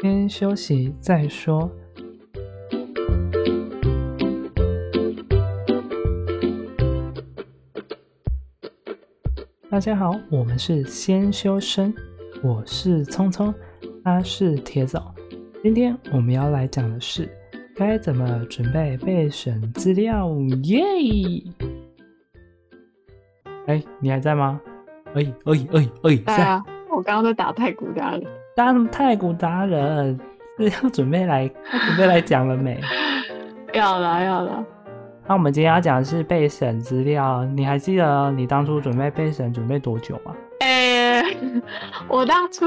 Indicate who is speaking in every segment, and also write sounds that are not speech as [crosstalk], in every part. Speaker 1: 先休息再说。大家好，我们是先修身，我是聪聪，他是铁总。今天我们要来讲的是该怎么准备备选资料，耶！哎，你还在吗？哎哎哎哎，
Speaker 2: [laughs] 对
Speaker 1: 在。 [laughs]
Speaker 2: 啊，我刚刚在打太古达人，
Speaker 1: 当然太古达人是要准备来要准备来讲了没？
Speaker 2: 要啦要啦，
Speaker 1: 那我们今天要讲的是备审资料，你还记得你当初准备备审准备多久吗？
Speaker 2: 哎、 [laughs] 我当初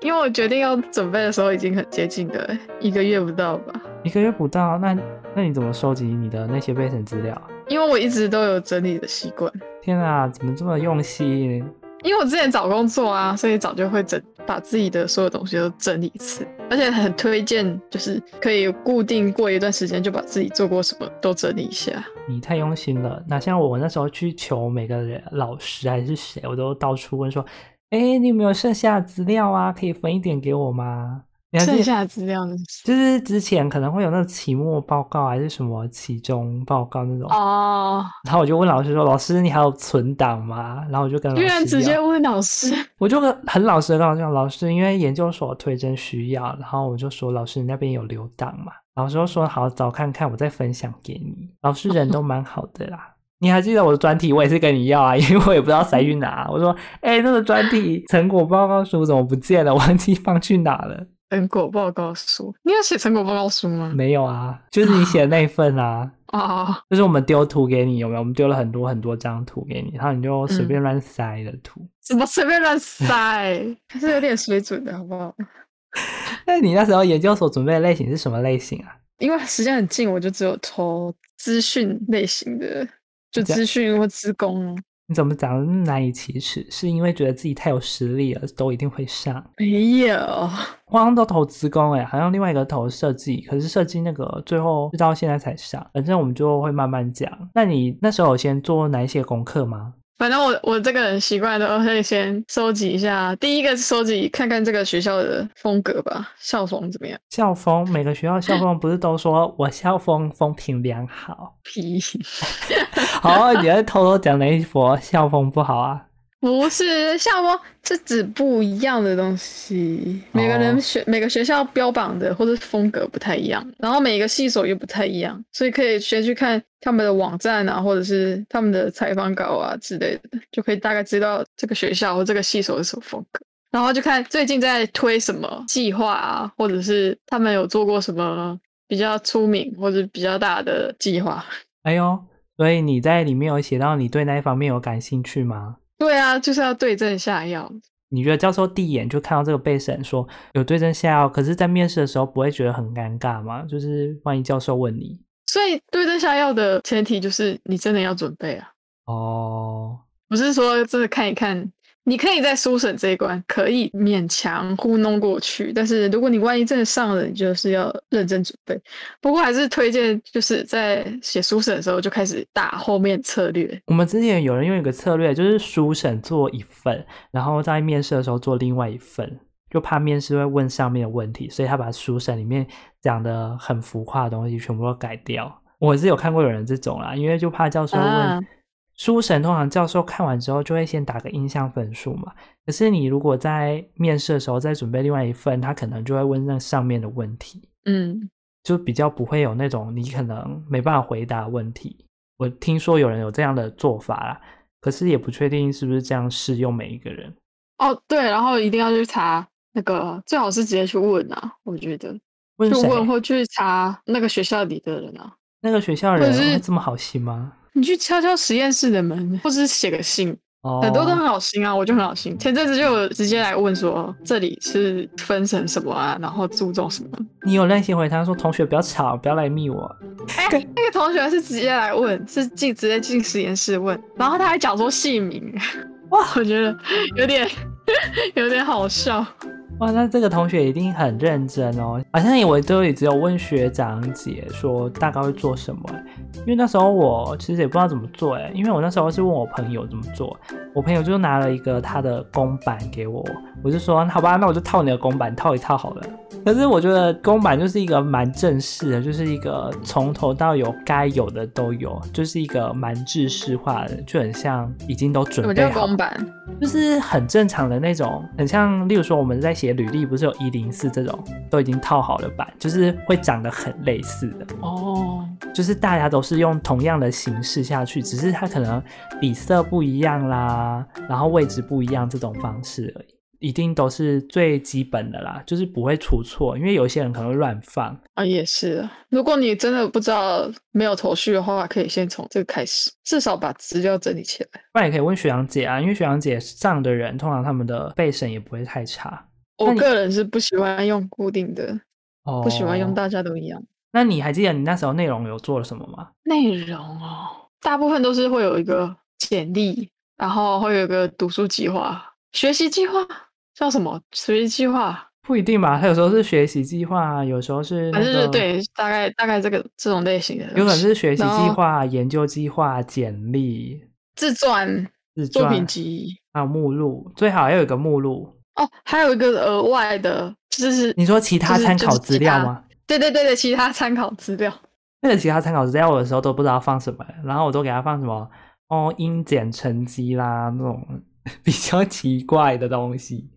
Speaker 2: 因为我决定要准备的时候已经很接近了，一个月不到吧，
Speaker 1: 一个月不到，那那你怎么收集你的那些备审资料啊？
Speaker 2: 因为我一直都有整理的习惯，
Speaker 1: 天啊，怎么这么用心？
Speaker 2: 因为我之前找工作啊，所以早就会整把自己的所有东西都整理一次，而且很推荐就是可以固定过一段时间就把自己做过什么都整理一下。
Speaker 1: 你太用心了。哪像我那时候去求每个人老师还是谁，我都到处问说：“哎、你有没有剩下的资料啊？可以分一点给我吗？”你还记得
Speaker 2: 剩下的资料呢？
Speaker 1: 就是之前可能会有那个期末报告啊还是什么期中报告那种，
Speaker 2: [laughs] 哦，
Speaker 1: 然后我就问老师说：“老师，你还有存档吗？”然后我就跟老
Speaker 2: 居
Speaker 1: 师
Speaker 2: 然直
Speaker 1: 要
Speaker 2: 接问老师，
Speaker 1: 我就跟很老实的跟老师讲，老师，因为研究所推甄需要，然后我就说老师你那边有留档嘛，老师就说好找看看，我再分享给你。老师人都蛮好的啦。你还记得我的专题，我也是跟你要啊，因为我也不知道塞去哪。我说，哎、那个专题成果报告书怎么不见了？忘记放去哪了？
Speaker 2: 成果报告书，你有写成果报告书吗？
Speaker 1: 没有啊，就是你写的那一份啊。
Speaker 2: 哦，
Speaker 1: 就是我们丢图给你，有没有？我们丢了很多很多张图给你，然后你就随便乱塞的图。
Speaker 2: 怎么随便 [laughs] 乱塞？还是有点水准的好不好？
Speaker 1: 那、你那时候研究所准备的类型是什么类型啊？
Speaker 2: 因为时间很近，我就只有抽资讯类型的，就
Speaker 1: 这样
Speaker 2: 资讯或资工。啊
Speaker 1: 你怎么讲得那么难以启齿？是因为觉得自己太有实力了，都一定会上。
Speaker 2: 没有，
Speaker 1: 我好像都投资工哎、好像另外一个投设计，可是设计那个最后是到现在才上。反正我们就会慢慢讲。那你那时候有先做哪一些功课吗？
Speaker 2: 反正我我这个人习惯都会先收集一下，第一个是收集看看这个学校的风格吧，校风怎么样？
Speaker 1: 校风每个学校校风不是都说我校风风评良好？
Speaker 2: 屁，
Speaker 1: 好，你在偷偷讲雷佛校风不好啊？
Speaker 2: 不是校风是指不一样的东西，每个
Speaker 1: 哦
Speaker 2: 人学、每个学校标榜的或者是风格不太一样，然后每个系所又不太一样，所以可以先去看他们的网站啊，或者是他们的采访稿啊之类的，就可以大概知道这个学校或这个系所是什么风格。然后就看最近在推什么计划啊，或者是他们有做过什么比较出名或者比较大的计划。
Speaker 1: 哎呦，所以你在里面有写到你对那一方面有感兴趣吗？
Speaker 2: 对啊，就是要对症下药。
Speaker 1: 你觉得教授第一眼就看到这个备审说有对症下药，可是，在面试的时候不会觉得很尴尬吗？就是万一教授问你，
Speaker 2: 所以对症下药的前提就是你真的要准备啊，
Speaker 1: 哦，
Speaker 2: 不是说真的看一看。你可以在书审这一关可以勉强糊弄过去，但是如果你万一真的上了，你就是要认真准备。不过还是推荐就是在写书审的时候就开始打后面策略，
Speaker 1: 我们之前有人用一个策略，就是书审做一份，然后在面试的时候做另外一份，就怕面试会问上面的问题，所以他把书审里面讲的很浮夸的东西全部都改掉。我是有看过有人这种啦，因为就怕教授问。
Speaker 2: 啊
Speaker 1: 书审通常教授看完之后就会先打个印象分数嘛，可是你如果在面试的时候再准备另外一份，他可能就会问那上面的问题。
Speaker 2: 嗯，
Speaker 1: 就比较不会有那种你可能没办法回答的问题。我听说有人有这样的做法啦，可是也不确定是不是这样适用每一个人。
Speaker 2: 哦对，然后一定要去查那个，最好是直接去问啊，我觉得
Speaker 1: 问
Speaker 2: 去
Speaker 1: 谁？
Speaker 2: 问或去查那个学校里的人啊，
Speaker 1: 那个学校
Speaker 2: 或者
Speaker 1: 人
Speaker 2: 是
Speaker 1: 会这么好心吗？
Speaker 2: 你去敲敲实验室的门，或者是写个信，
Speaker 1: 哦，
Speaker 2: 很多都很好心啊，我就很好心。前阵子就有直接来问说这里是分成什么啊，然后注重什么？
Speaker 1: 你有耐心回他说：“同学不要吵，不要来密我。
Speaker 2: 哎、那个同学是直接来问，是进直接进实验室问，然后他还讲说姓名，哇，我觉得有点 [laughs] 有点好笑。”
Speaker 1: 哇，那这个同学一定很认真哦。好像我这里只有问学长姐说大概会做什么，欸因为那时候我其实也不知道怎么做哎，因为我那时候是问我朋友怎么做，我朋友就拿了一个他的公版给我，我就说好吧，那我就套你的公版套一套好了。可是我觉得公版就是一个蛮正式的，就是一个从头到有该有的都有，就是一个蛮制式化的，就很像已经都
Speaker 2: 什
Speaker 1: 准
Speaker 2: 么
Speaker 1: 备
Speaker 2: 叫
Speaker 1: 好
Speaker 2: 公，版？
Speaker 1: 就是很正常的那种，很像例如说我们在写履历，不是有一零四这种都已经套好的版，就是会长得很类似的。
Speaker 2: 哦，
Speaker 1: 就是大家都是用同样的形式下去，只是它可能底色不一样啦，然后位置不一样这种方式而已，一定都是最基本的啦，就是不会出错，因为有一些人可能会乱放。
Speaker 2: 啊，也是啊。如果你真的不知道没有头绪的话，可以先从这个开始，至少把资料整理起来。
Speaker 1: 不然也可以问学长姐啊，因为学长姐上的人通常他们的备审也不会太差。那
Speaker 2: 我
Speaker 1: 你
Speaker 2: 个人是不喜欢用固定的，
Speaker 1: 哦
Speaker 2: 不喜欢用。大家都一样
Speaker 1: 那你还记得你那时候内容有做了什么吗？
Speaker 2: 内容哦。大部分都是会有一个简历，然后会有一个读书计划、学习计划，叫什么学习计划？
Speaker 1: 不一定吧，他有时候是学习计划啊，有时候是、那
Speaker 2: 反
Speaker 1: 个、
Speaker 2: 正就是对，大概大概这个这种类型的东西，
Speaker 1: 有可能是学习
Speaker 2: 然
Speaker 1: 计
Speaker 2: 后
Speaker 1: 划、研究计划、简历、
Speaker 2: 自传、
Speaker 1: 自
Speaker 2: 作品
Speaker 1: 传
Speaker 2: 集。
Speaker 1: 还有目录，最好要有个目录。
Speaker 2: 哦，还有一个额外的，就是
Speaker 1: 你说其他
Speaker 2: 就是
Speaker 1: 参
Speaker 2: 就
Speaker 1: 考
Speaker 2: 是
Speaker 1: 资
Speaker 2: 其
Speaker 1: 料
Speaker 2: 他
Speaker 1: 吗？
Speaker 2: 对对对对，其他参考资料。
Speaker 1: 那个其他参考资料，我有时候都不知道放什么，然后我都给他放什么哦，英检成绩啦那种 [laughs] 比较奇怪的东西。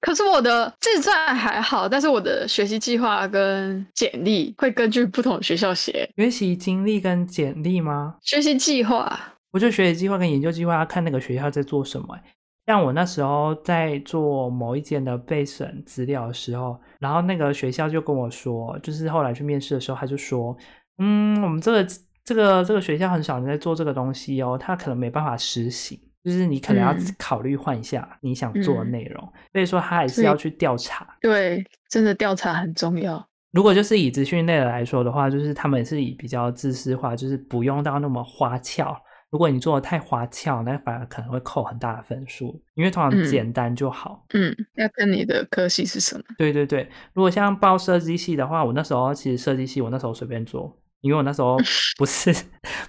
Speaker 2: 可是我的自传还好，但是我的学习计划跟简历会根据不同的学校写。
Speaker 1: 学习经历跟简历吗？
Speaker 2: 学习计划
Speaker 1: 我觉得学习计划跟研究计划要看那个学校在做什么欸、像我那时候在做某一间的备审资料的时候，然后那个学校就跟我说，就是后来去面试的时候，他就说，嗯，我们这个这个这个学校很少人在做这个东西哦，他可能没办法实行，就是你可能要
Speaker 2: 嗯
Speaker 1: 考虑换一下你想做的
Speaker 2: 嗯
Speaker 1: 内容，所以说他还是
Speaker 2: 所以
Speaker 1: 要去调查。
Speaker 2: 对，真的调查很重要。
Speaker 1: 如果就是以资讯类的来说的话，就是他们是以比较知识化，就是不用到那么花俏。如果你做的太花俏，那反而可能会扣很大的分数，因为通常
Speaker 2: 嗯
Speaker 1: 简单就好。
Speaker 2: 嗯，要看你的科系是什么。
Speaker 1: 对对对，如果像报设计系的话，我那时候其实设计系我那时候随便做，因为我那时
Speaker 2: [laughs]
Speaker 1: 候不是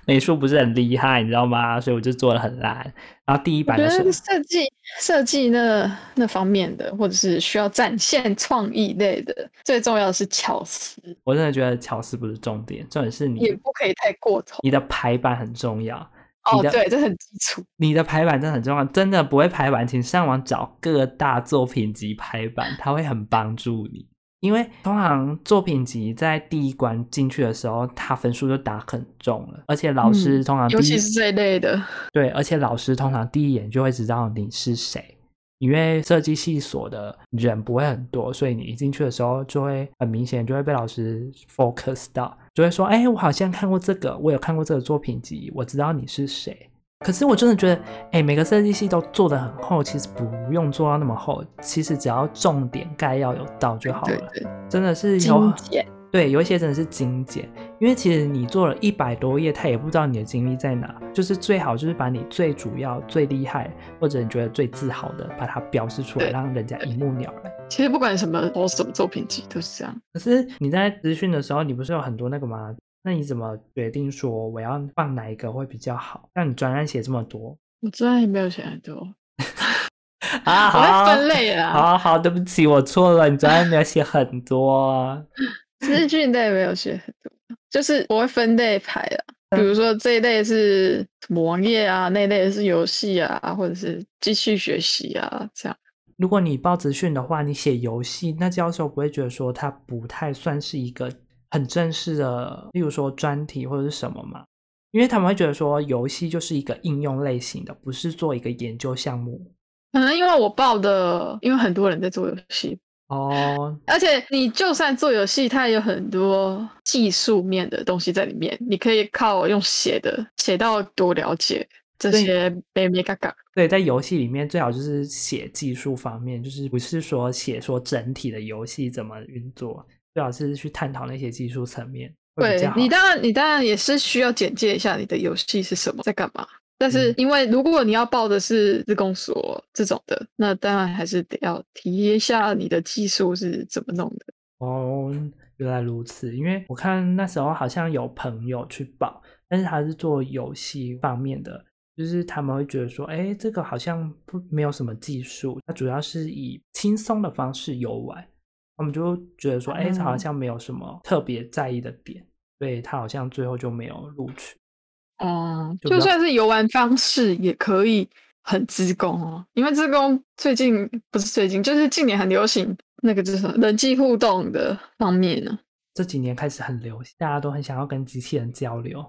Speaker 1: 美术不是很厉害，你知道吗？所以我就做的很烂。然后第一
Speaker 2: 我
Speaker 1: 版
Speaker 2: 觉
Speaker 1: 的时候
Speaker 2: 得，设计设计那那方面的，或者是需要展现创意类的，最重要的是巧思，
Speaker 1: 我真的觉得巧思不是重点，重点是
Speaker 2: 也
Speaker 1: 你
Speaker 2: 不可以太过头。
Speaker 1: 你的排版很重要。
Speaker 2: 哦，
Speaker 1: 的
Speaker 2: 对，这很基础。
Speaker 1: 你的排版真的很重要，真的不会排版，请上网找各大作品集排版，它会很帮助你。因为通常作品集在第一关进去的时候，它分数就打很重了，而且老师
Speaker 2: 嗯
Speaker 1: 通啊常第
Speaker 2: 尤
Speaker 1: 一、
Speaker 2: 其是这一类的，
Speaker 1: 对，而且老师通常第一眼就会知道你是谁，因为设计系所的人不会很多，所以你一进去的时候就会很明显就会被老师 focus 到，就会说：“哎、我好像看过这个，我有看过这个作品集，我知道你是谁。”可是我真的觉得，哎、每个设计系都做得很厚，其实不用做到那么厚，其实只要重点概要有到就好啊
Speaker 2: 对
Speaker 1: 了。
Speaker 2: 对，
Speaker 1: 真的是有
Speaker 2: 精简。
Speaker 1: 对，有一些真的是精简，因为其实你做了一百多页，他也不知道你的精力在哪。就是最好就是把你最主要、最厉害，或者你觉得最自豪的，把它标示出来，
Speaker 2: 对
Speaker 1: 让人家一目了然。
Speaker 2: 其实不管什么投什么作品集都是这样。
Speaker 1: 可是你在资讯的时候，你不是有很多那个吗？那你怎么决定说我要放哪一个会比较好？让你专案写这么多
Speaker 2: 我专业没有写很多，
Speaker 1: [laughs] 啊？
Speaker 2: 我在
Speaker 1: 好
Speaker 2: 分类
Speaker 1: [laughs]
Speaker 2: 啦，
Speaker 1: 好好，对不起，我错了，你专案没有写很多。啊
Speaker 2: 资讯类没有写很多，就是我会分类排啦。比如说这一类是什么网页啊，那一类是游戏啊，或者是继续学习啊，这样。
Speaker 1: 如果你报资讯的话，你写游戏，那教授不会觉得说它不太算是一个很正式的，例如说专题或者是什么嘛？因为他们会觉得说游戏就是一个应用类型的，不是做一个研究项目。
Speaker 2: 可能因为我报的，因为很多人在做游戏，
Speaker 1: 哦，
Speaker 2: 而且你就算做游戏，它也有很多技术面的东西在里面，你可以靠用写的写到多了解这
Speaker 1: 对
Speaker 2: 些咩咩嘎嘎。
Speaker 1: 对，在游戏里面最好就是写技术方面，就是不是说写说整体的游戏怎么运作，最好是去探讨那些技术层面会比
Speaker 2: 对
Speaker 1: 较好。
Speaker 2: 你当然，你当然也是需要简介一下你的游戏是什么，在干嘛。但是
Speaker 1: 嗯
Speaker 2: 因为如果你要报的是日公所这种的，那当然还是得要提一下你的技术是怎么弄的。
Speaker 1: 哦，原来如此。因为我看那时候好像有朋友去报，但是他是做游戏方面的，就是他们会觉得说，哎，这个好像不没有什么技术，它主要是以轻松的方式游玩。他们就觉得说，哎、他好
Speaker 2: 嗯
Speaker 1: 像没有什么特别在意的点，所以他好像最后就没有录取。
Speaker 2: 哦、
Speaker 1: 就比
Speaker 2: 就
Speaker 1: 较
Speaker 2: 算是游玩方式也可以很自工哦，因为自工最近不是最近，就是近年很流行那个就是什么人际互动的方面啊呢、
Speaker 1: 这几年开始很流行，大家都很想要跟机器人交流，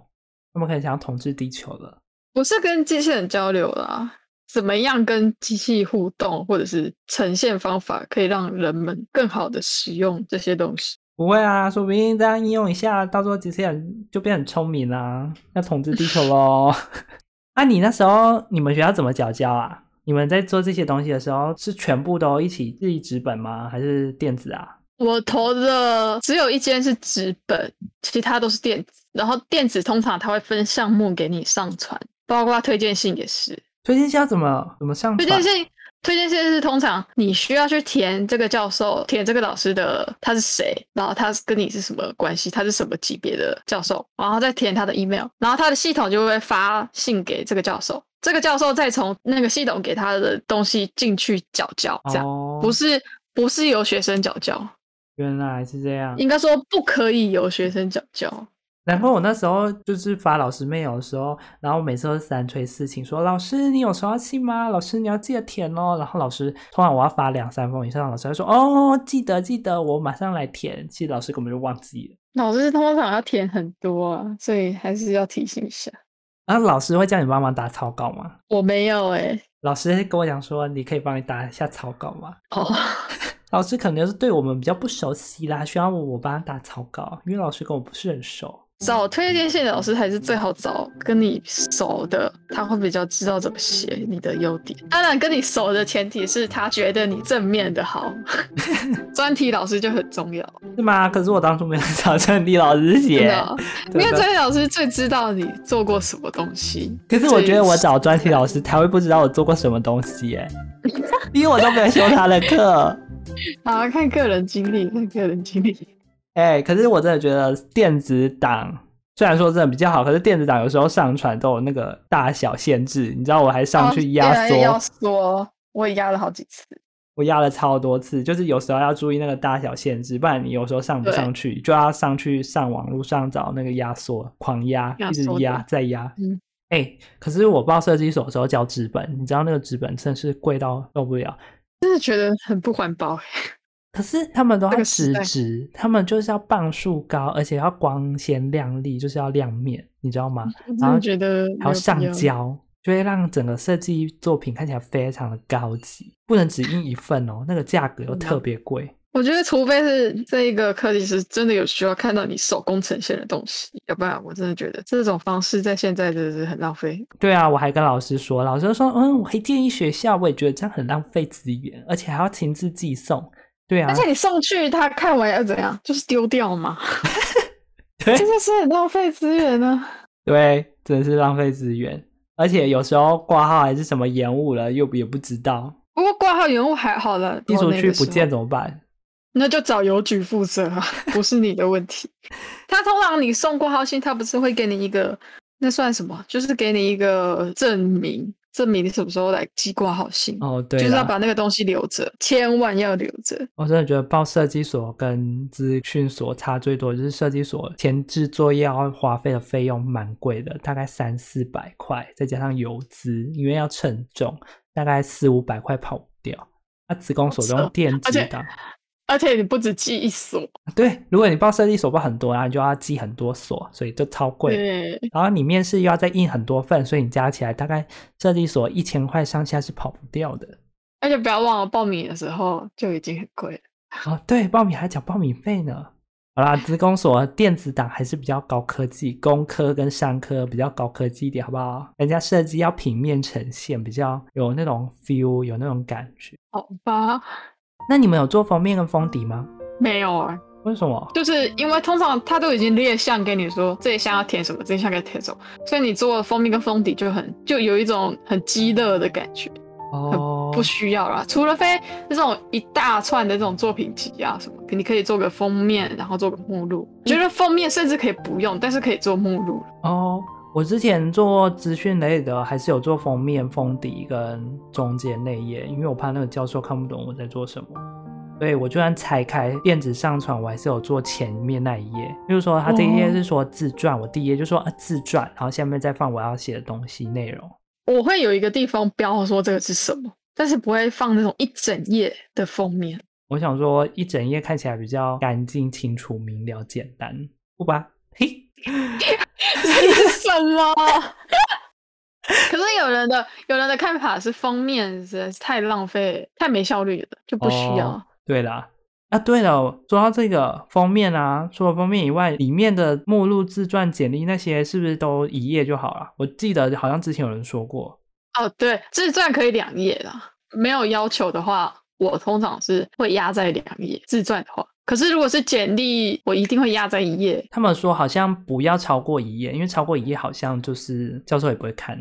Speaker 1: 他们很想要统治地球了。
Speaker 2: 不是跟机器人交流啦，怎么样跟机器互动，或者是呈现方法，可以让人们更好的使用这些东西。
Speaker 1: 不会啊，说不定这样应用一下，到时候机器人就变很聪明啦、要统治地球喽。 [laughs] 啊，你那时候你们学校怎么缴交啊？你们在做这些东西的时候，是全部都一起自己纸本吗？还是电子啊？
Speaker 2: 我投的只有一间是纸本，其他都是电子。然后电子通常它会分项目给你上传，包括推荐信也是。
Speaker 1: 推荐箱怎么怎么上
Speaker 2: 推
Speaker 1: 传
Speaker 2: 荐？信，推荐信是通常你需要去填这个教授，填这个老师的他是谁，然后他是跟你是什么关系，他是什么级别的教授，然后再填他的 email，然后他的系统就会发信给这个教授，这个教授再从那个系统给他的东西进去缴交，这样、
Speaker 1: 哦，
Speaker 2: 不是不是由学生缴交，
Speaker 1: 原来是这样。
Speaker 2: 应该说不可以由学生缴交。
Speaker 1: 难怪我那时候就是发老师 mail 的时候，然后我每次都三催四请，说老师你有收到信吗？老师你要记得填哦。然后老师通常我要发两三封以上，老师会说哦记得记得，我马上来填。其实老师根本就忘记了，
Speaker 2: 老师通常要填很多啊，所以还是要提醒一下。
Speaker 1: 然后啊老师会叫你帮忙打草稿吗？
Speaker 2: 我没有哎、
Speaker 1: 老师跟我讲说你可以帮你打一下草稿吗？
Speaker 2: 哦，
Speaker 1: 老师可能是对我们比较不熟悉啦，需要我帮他打草稿，因为老师跟我不是很熟。
Speaker 2: 找推荐信的老师还是最好找跟你熟的，他会比较知道怎么写你的优点。当然，跟你熟的前提是他觉得你正面
Speaker 1: [laughs]
Speaker 2: 的好。专题老师就很重要，
Speaker 1: 是吗？可是我当初没有找陈立老师
Speaker 2: 真
Speaker 1: 写
Speaker 2: 的，哦、因
Speaker 1: 真
Speaker 2: 为
Speaker 1: 的
Speaker 2: 专题老师最知道你做过什么东西。
Speaker 1: 可是我觉得我
Speaker 2: [laughs]
Speaker 1: 找专题老师，他会不知道我做过什么东西耶，因为我都没有修他的课。
Speaker 2: 啊，看个人经历，看个人经历。
Speaker 1: 哎、可是我真的觉得电子档虽然说真的比较好，可是电子档有时候上传都有那个大小限制，你知道我还 [laughs] 上去压
Speaker 2: 哦对啊压
Speaker 1: 缩，
Speaker 2: 缩，我也压了好几次。
Speaker 1: 我压了超多次，就是有时候要注意那个大小限制，不然你有时候上不
Speaker 2: 对
Speaker 1: 上去，就要上去上网络上找那个压缩，狂压，
Speaker 2: 压
Speaker 1: 一直
Speaker 2: 缩
Speaker 1: 压
Speaker 2: 的
Speaker 1: 再压。
Speaker 2: 嗯
Speaker 1: 哎、可是我报设计所的时候交纸本，你知道那个纸本真的是贵到受不了。
Speaker 2: 真的觉得很不环保欸，
Speaker 1: 可是他们都
Speaker 2: 这
Speaker 1: 要
Speaker 2: 个时
Speaker 1: 直
Speaker 2: 代
Speaker 1: 直，他们就是要磅数高，而且要光鲜亮丽，就是要亮面，你知道吗？
Speaker 2: 我真
Speaker 1: 然后
Speaker 2: 嗯的觉得没
Speaker 1: 还要
Speaker 2: 有必
Speaker 1: 上
Speaker 2: 要
Speaker 1: 胶，就会让整个设计作品看起来非常的高级，不能只印一份哦，那个价格又
Speaker 2: 真的
Speaker 1: 特别贵。
Speaker 2: 我觉得，除非是这一个科技师真的有需要看到你手工呈现的东西，要不然我真的觉得这种方式在现在真的是很浪费。
Speaker 1: 对啊，我还跟老师说，老师就说，嗯，我会建议学校，我也觉得这样很浪费资源，而且还要亲自寄送。对啊
Speaker 2: 而，且你送去他看完要怎样，就是丢
Speaker 1: [laughs]
Speaker 2: 掉嘛，
Speaker 1: 对
Speaker 2: 这就是很浪费资源呢、
Speaker 1: 对，真的是浪费资源，而且有时候挂号还是什么延误了，又也不知道，
Speaker 2: 不过挂号原物还好了，
Speaker 1: 寄
Speaker 2: 我
Speaker 1: 出
Speaker 2: 哦那
Speaker 1: 去
Speaker 2: 个
Speaker 1: 不
Speaker 2: 时
Speaker 1: 见
Speaker 2: 候
Speaker 1: 怎么办？
Speaker 2: 那就找邮局负责啊，不是你的问
Speaker 1: [laughs]
Speaker 2: 题。他通常你送挂号信，他不是会给你一个那算什么？就是给你一个证明，证明你什么时候来寄挂号信。
Speaker 1: 哦，对啦，
Speaker 2: 就是要把那个东西留着，千万要留着。
Speaker 1: 我真的觉得报设计所跟资讯所差最多，就是设计所前置作业要花费的费用蛮贵的，大概三四百块，再加上邮资，因为要称重，大概四五百块跑不掉。那职工所都用电
Speaker 2: 哦而
Speaker 1: 子
Speaker 2: 且
Speaker 1: 档，
Speaker 2: 而且你不止寄一所，
Speaker 1: 对，如果你报设计所报很多，然后你就要记很多所，所以就超贵。
Speaker 2: 对，
Speaker 1: 然后你面试又要再印很多份，所以你加起来大概设计所一千块上下是跑不掉的。
Speaker 2: 而且不要忘了报名的时候就已经很贵了。
Speaker 1: 哦，对，报名还缴报名费呢。好啦，职工所电子档还是比较高科技，工科跟商科比较高科技一点，好不好？人家设计要平面呈现，比较有那种 feel，有那种感觉。
Speaker 2: 好吧，
Speaker 1: 那你们有做封面跟封底吗？
Speaker 2: 没有啊，
Speaker 1: 为什么？
Speaker 2: 就是因为通常他都已经列项给你说这一项要填什么，这一项该填什么，所以你做封面跟封底就很就有一种很鸡肋的感觉，
Speaker 1: 哦，
Speaker 2: 不需要啦。除了非那种一大串的这种作品集啊什么，你可以做个封面，然后做个目录。我
Speaker 1: 嗯
Speaker 2: 觉得封面甚至可以不用，但是可以做目录。
Speaker 1: 哦，我之前做资讯类的，还是有做封面、封底跟中间内页，因为我怕那个教授看不懂我在做什么。所以我就算拆开电子上传，我还是有做前面那一页。比如说，他这一页是说自传，我第一页就说啊自传，然后下面再放我要写的东西内容。
Speaker 2: 我会有一个地方标说这个是什么，但是不会放那种一整页的封面。
Speaker 1: 我想说，一整页看起来比较干净、清楚、明了、简单，不吧？嘿，
Speaker 2: [laughs] 什么？ [laughs] 可是有人的有人的看法是封面实在是太浪费、太没效率了，就不需要。
Speaker 1: 哦对啦，啊，对了，说到这个封面啊，除了封面以外，里面的目录、自传、简历那些是不是都一页就好了？我记得好像之前有人说过，
Speaker 2: 哦，对，自传可以两页啦，没有要求的话，我通常是会压在两页自传的话。可是如果是简历，我一定会压在一页。
Speaker 1: 他们说好像不要超过一页，因为超过一页好像就是教授也不会看。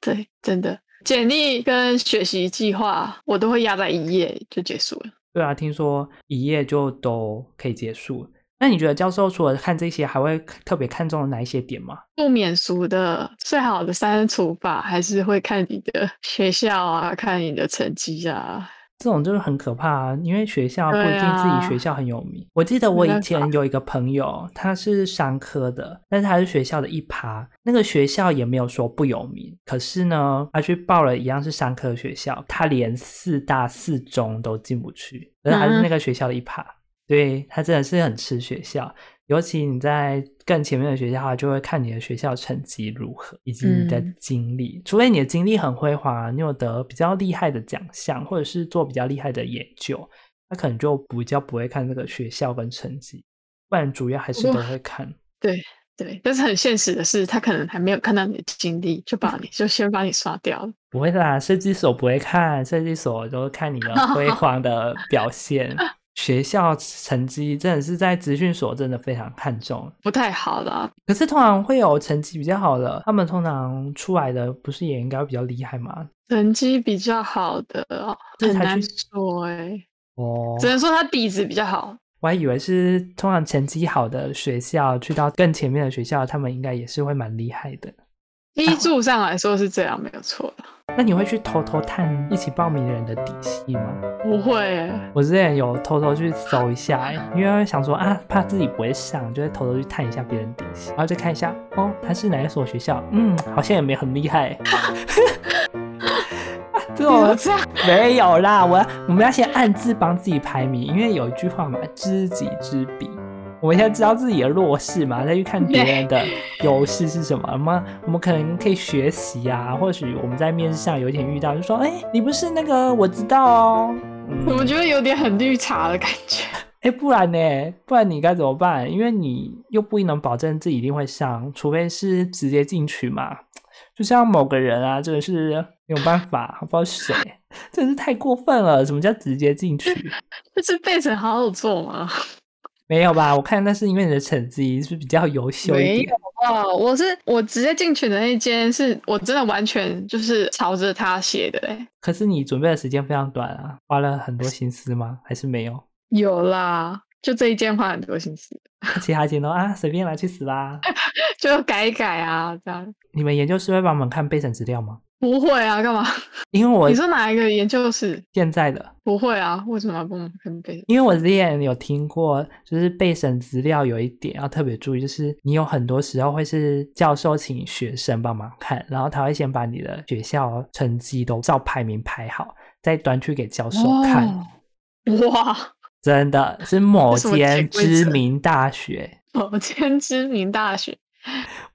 Speaker 2: 对，真的，简历跟学习计划我都会压在一页就结束了。
Speaker 1: 对啊，听说一页就都可以结束。那你觉得教授除了看这些，还会特别看重哪一些点吗？
Speaker 2: 不免俗的最好的删除法还是会看你的学校啊，看你的成绩啊。
Speaker 1: 这种就是很可怕啊，因为学校不一
Speaker 2: 对
Speaker 1: 定自
Speaker 2: 啊
Speaker 1: 己学校很有名。我记得我
Speaker 2: 没
Speaker 1: 以
Speaker 2: 办
Speaker 1: 前有一个朋友，他是商科的，但是他是学校的一趴，那个学校也没有说不有名，可是呢，他去报了一样是商科学校，他连四大四中都进不去，可是还
Speaker 2: 嗯
Speaker 1: 是那个学校的一趴，对他真的是很吃学校。尤其你在更前面的学校的话，就会看你的学校成绩如何，以及你的
Speaker 2: 嗯
Speaker 1: 经历。除非你的经历很辉煌，你有得比较厉害的奖项，或者是做比较厉害的研究，他可能就比较不会看这个学校跟成绩，不然主要还是
Speaker 2: 不
Speaker 1: 都
Speaker 2: 过
Speaker 1: 会看。
Speaker 2: 对，但是很现实的是，他可能还没有看到你的经历，就把你就先把你刷掉了。
Speaker 1: 不会啦，设计所不会看，设计所都是看你的辉煌的表现。学校成绩真的是在资讯所真的非常看重，
Speaker 2: 不太好啦。
Speaker 1: 可是通常会有成绩比较好的，他们通常出来的不是也应该比较厉害吗？
Speaker 2: 成绩比较好的哦
Speaker 1: 这
Speaker 2: 很
Speaker 1: 才
Speaker 2: 难
Speaker 1: 去
Speaker 2: 说哎，
Speaker 1: 哦，
Speaker 2: 只能说他底子比较好。
Speaker 1: 我还以为是通常成绩好的学校去到更前面的学校，他们应该也是会蛮厉害的。
Speaker 2: 依柱上来说是这样，没有错啦。
Speaker 1: 那你会去偷偷探一起报名的人的底细吗？
Speaker 2: 不会欸，
Speaker 1: 我之前有偷偷去搜一下、欸，因为想说啊，怕自己不会上，就会偷偷去探一下别人底细，然后再看一下哦，他是哪一所学校？嗯，好像也没很厉害、欸。 [laughs] 这种
Speaker 2: 怎么欸 [laughs] 这样？
Speaker 1: 没有啦，我我们要先暗自帮自己排名，因为有一句话嘛，知己知彼。我们现在知道自己的弱势嘛，再去看别人的优势是什么。 [laughs] 我们我们可能可以学习啊，或许我们在面试上有一点遇到，就说，哎、你不是那个，我知道哦。
Speaker 2: 我
Speaker 1: 嗯，
Speaker 2: 觉得有点很绿茶的感觉。 [laughs]
Speaker 1: 哎、不然呢？不然你该怎么办？因为你又不能保证自己一定会上，除非是直接进去嘛。就像某个人啊，真的是没有办法，不知道是谁，真的是太过分了。什么叫直接进去？ [laughs]
Speaker 2: 就是背着好好做嘛。
Speaker 1: 没有吧？我看那是因为你的成绩是比较优秀一
Speaker 2: 没有
Speaker 1: 点，
Speaker 2: 啊，我是我直接进去的那一间，是我真的完全就是朝着他写的、欸。
Speaker 1: 可是你准备的时间非常短啊，花了很多心思吗？还是没有？
Speaker 2: 有啦，就这一间花很多心思， [laughs]
Speaker 1: 其他间都啊随便啦，去死啦！ [laughs]
Speaker 2: 就改一改啊，这样
Speaker 1: 你们研究室会帮我们看备审资料吗？
Speaker 2: 不会啊，干嘛？
Speaker 1: 因为我
Speaker 2: 你说哪一个研究室？
Speaker 1: 现在的，
Speaker 2: 不会啊，为什么要帮我们看背？
Speaker 1: 因为我之前有听过，就是备审资料有一点要特别注意，就是你有很多时候会是教授请学生帮忙看，然后他会先把你的学校成绩都照排名排好，再端去给教授看。
Speaker 2: 哦哇，
Speaker 1: 真的是某
Speaker 2: 这是我的
Speaker 1: 间
Speaker 2: 潜规则
Speaker 1: 知名大学，
Speaker 2: 某间知名大学，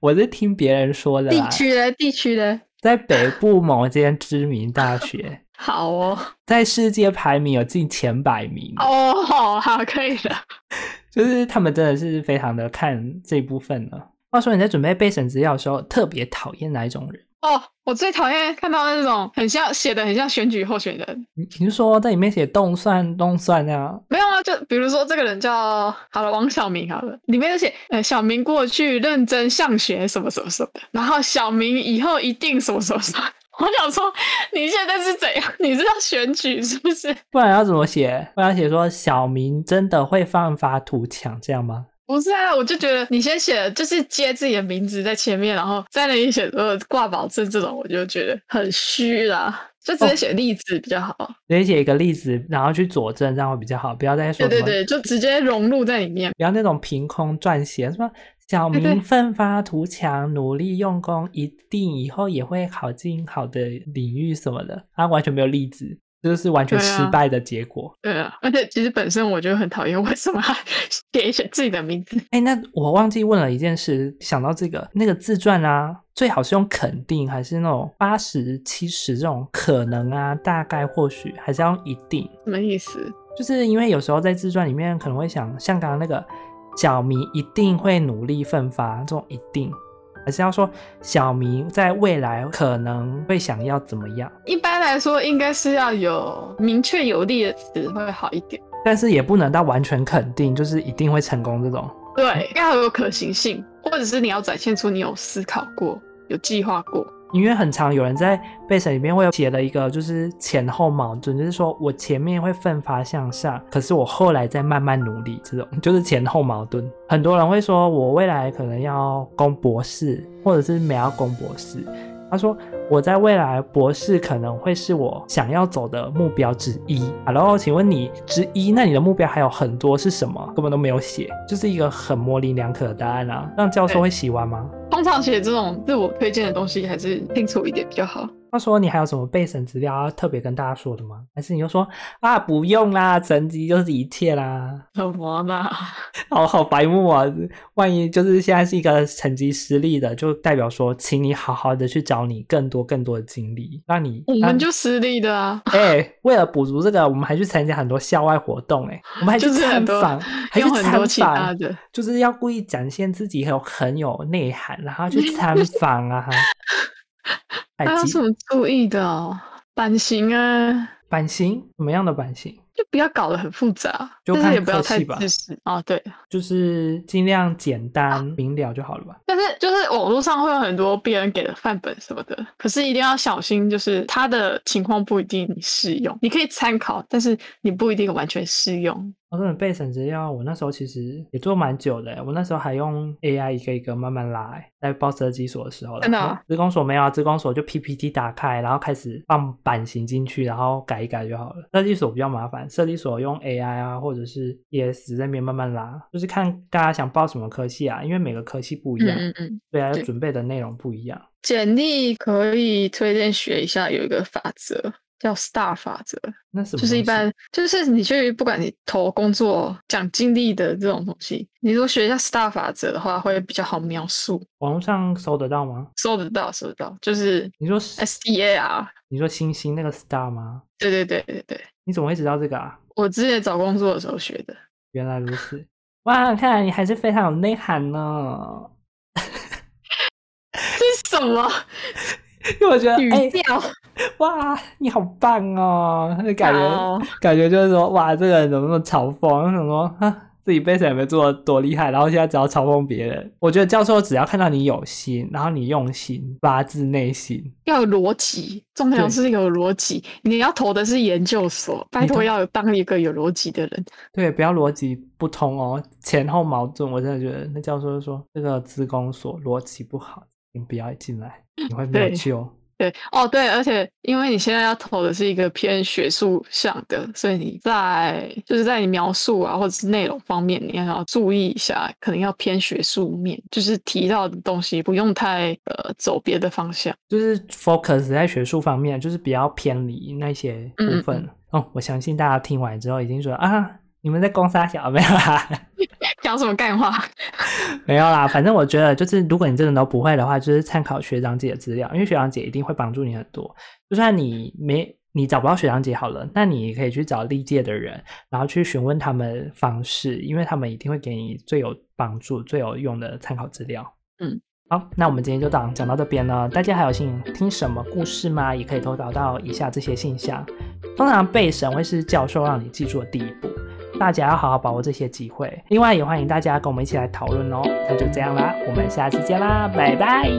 Speaker 1: 我是听别人说的
Speaker 2: 地
Speaker 1: 啦，
Speaker 2: 区嘞，地区嘞，
Speaker 1: 在北部某间知名大学， [laughs]
Speaker 2: 好哦，
Speaker 1: 在世界排名有近前百名，
Speaker 2: 哦，好，好，可以了。
Speaker 1: 就是他们真的是非常的看这一部分呢。话说你在准备备审资料的时候，特别讨厌哪一种人？
Speaker 2: 哦，我最讨厌看到那种很像写的很像选举候选人，
Speaker 1: 你你是说在里面写动算动算啊？
Speaker 2: 没有啊，就比如说这个人叫好了，王小明好了，里面就写呃小明过去认真上学什么什么什么的，然后小明以后一定什么什么什么。 [laughs] 我想说你现在是怎样？你是要选举是不是？
Speaker 1: 不然要怎么写？不然要写说小明真的会犯法图强这样吗？
Speaker 2: 不是啊，我就觉得你先写就是接自己的名字在前面，然后在那里写呃挂保证这种，我就觉得很虚啦。就直接写例子比较好。
Speaker 1: 直接写一个例子，然后去佐证，这样会比较好。不要再说
Speaker 2: 对
Speaker 1: 什么，
Speaker 2: 对对，就直接融入在里面。
Speaker 1: 不要那种凭空撰写，什么小
Speaker 2: 对对
Speaker 1: 民奋发图强，努力用功，一定以后也会考进好的领域什么的。他、完全没有例子，这就是完全
Speaker 2: 对啊
Speaker 1: 失败的结果。
Speaker 2: 对啊，而且其实本身我就很讨厌为什么要 [laughs] 写一写自己的名字。
Speaker 1: 哎，那我忘记问了一件事，想到这个那个自传啊，最好是用肯定还是那种八十七十这种可能啊，大概或许，还是要用一定？
Speaker 2: 什么意思？
Speaker 1: 就是因为有时候在自传里面可能会想，像刚刚那个小明一定会努力奋发，这种一定，还是要说小明在未来可能会想要怎么样，
Speaker 2: 一般来说，应该是要有明确有力的词会好一点。
Speaker 1: 但是也不能到完全肯定，就是一定会成功这种。
Speaker 2: 对，要有可行性，或者是你要展现出你有思考过、有计划过。
Speaker 1: 因为很常有人在备审里面会有写了一个就是前后矛盾，就是说我前面会奋发向上，可是我后来再慢慢努力，这种就是前后矛盾。很多人会说我未来可能要攻博士，或者是没有要攻博士。他说我在未来博士可能会是我想要走的目标之一。Hello，请问你之一，那你的目标还有很多是什么？根本都没有写，就是一个很模棱两可的答案啊，让教授会喜欢吗？
Speaker 2: 通常写这种自我推荐的东西，还是清楚一点比较好。
Speaker 1: 他说你还有什么备审资料要特别跟大家说的吗？还是你就说啊不用啦，成绩就是一切啦？
Speaker 2: 什么啦？
Speaker 1: 好好白目啊！万一就是现在是一个成绩失利的，就代表说，请你好好的去找你更多更多的经历，让你
Speaker 2: 我
Speaker 1: 让
Speaker 2: 们就失利的啊，
Speaker 1: 哎、为了补足这个，我们还去参加很多校外活动、哎，我们还去
Speaker 2: 就是
Speaker 1: 参
Speaker 2: 很多
Speaker 1: 访，还去
Speaker 2: 有很多
Speaker 1: 参
Speaker 2: 其他
Speaker 1: 访，
Speaker 2: 的。
Speaker 1: 就是要故意展现自己很有很有内涵，然后
Speaker 2: [laughs]
Speaker 1: 去参访啊，还
Speaker 2: 还有
Speaker 1: 记
Speaker 2: 什么注意的哦？版型啊，
Speaker 1: 版型什么样的版型？
Speaker 2: 就不要搞得很复杂，
Speaker 1: 就
Speaker 2: 但
Speaker 1: 看
Speaker 2: 是也不要
Speaker 1: 科
Speaker 2: 太
Speaker 1: 系吧
Speaker 2: 自私啊。对，
Speaker 1: 就是尽量简单
Speaker 2: 哦
Speaker 1: 明了就好了吧。
Speaker 2: 但是就是网络上会有很多别人给的范本什么的，可是一定要小心，就是他的情况不一定你适用，你可以参考，但是你不一定完全适用。
Speaker 1: 我这种备审资料，我那时候其实也做蛮久的欸，我那时候还用 AI 一个一个慢慢拉欸，在报设计所的时候啦，
Speaker 2: 真的啊
Speaker 1: 然后职工所没有啊，职工所就 PPT 打开，然后开始放版型进去，然后改一改就好了。设计所比较麻烦，设计所用 AI 啊，或者是 ES 在那边慢慢拉，就是看大家想报什么科系啊，因为每个科系不一
Speaker 2: 嗯
Speaker 1: 样，
Speaker 2: 嗯嗯，
Speaker 1: 对啊，要
Speaker 2: 对
Speaker 1: 准备的内容不一样。
Speaker 2: 简历可以推荐学一下，有一个法则叫 STAR 法则，
Speaker 1: 那什么
Speaker 2: 就是一
Speaker 1: 东西
Speaker 2: 般就是你去不管你投工作讲经历的这种东西，你如果学一下 STAR 法则的话，会比较好描述，
Speaker 1: 网络上搜得到吗？
Speaker 2: 搜得到搜得到，就是
Speaker 1: 你说
Speaker 2: S D A R，
Speaker 1: 你说星星那个 star 吗？
Speaker 2: 对对对对对，
Speaker 1: 你怎么会知道这个啊？
Speaker 2: 我之前找工作的时候学的。
Speaker 1: 原来如此，哇，看来你还是非常有内涵
Speaker 2: [laughs]
Speaker 1: 呢。
Speaker 2: 这是什么
Speaker 1: 因为我觉得，
Speaker 2: 语
Speaker 1: 哎、
Speaker 2: 调？
Speaker 1: 哇，你好棒哦！那感觉
Speaker 2: 好
Speaker 1: 感觉就是说，哇，这个人怎么那么嘲讽？想说，哈，自己被谁没做的多厉害，然后现在只要嘲讽别人。我觉得教授只要看到你有心，然后你用心，发自内心，
Speaker 2: 要有逻辑，重
Speaker 1: 对
Speaker 2: 点是有逻辑。你要投的是研究所，拜
Speaker 1: 你投
Speaker 2: 托要有当一个有逻辑的人。
Speaker 1: 对，不要逻辑不通哦，前后矛盾。我真的觉得，那教授就说，这个资工所逻辑不好，你不要进来，你会没有
Speaker 2: 对
Speaker 1: 救。
Speaker 2: 对，哦对，而且因为你现在要投的是一个偏学术向的，所以你在就是在你描述啊或者是内容方面，你要注意一下，可能要偏学术面，就是提到的东西不用太呃走别的方向。
Speaker 1: 就是 focus 在学术方面，就是比较偏离那些部分。哦，我相信大家听完之后已经说啊，你们在攻杀小没有啦，
Speaker 2: 讲什么干话？
Speaker 1: [laughs] 没有啦。反正我觉得，就是如果你真的都不会的话，就是参考学长姐的资料，因为学长姐一定会帮助你很多。就算你没你找不到学长姐好了，那你也可以去找历届的人，然后去询问他们方式，因为他们一定会给你最有帮助、最有用的参考资料。
Speaker 2: 嗯，
Speaker 1: 好，那我们今天就到讲到这边了。大家还有兴听什么故事吗？也可以投稿到以下这些信箱。通常备审会是教授让你记住的第一步，大家要好好把握这些机会。另外，也欢迎大家跟我们一起来讨论哦。那就这样啦，我们下次见啦，拜拜。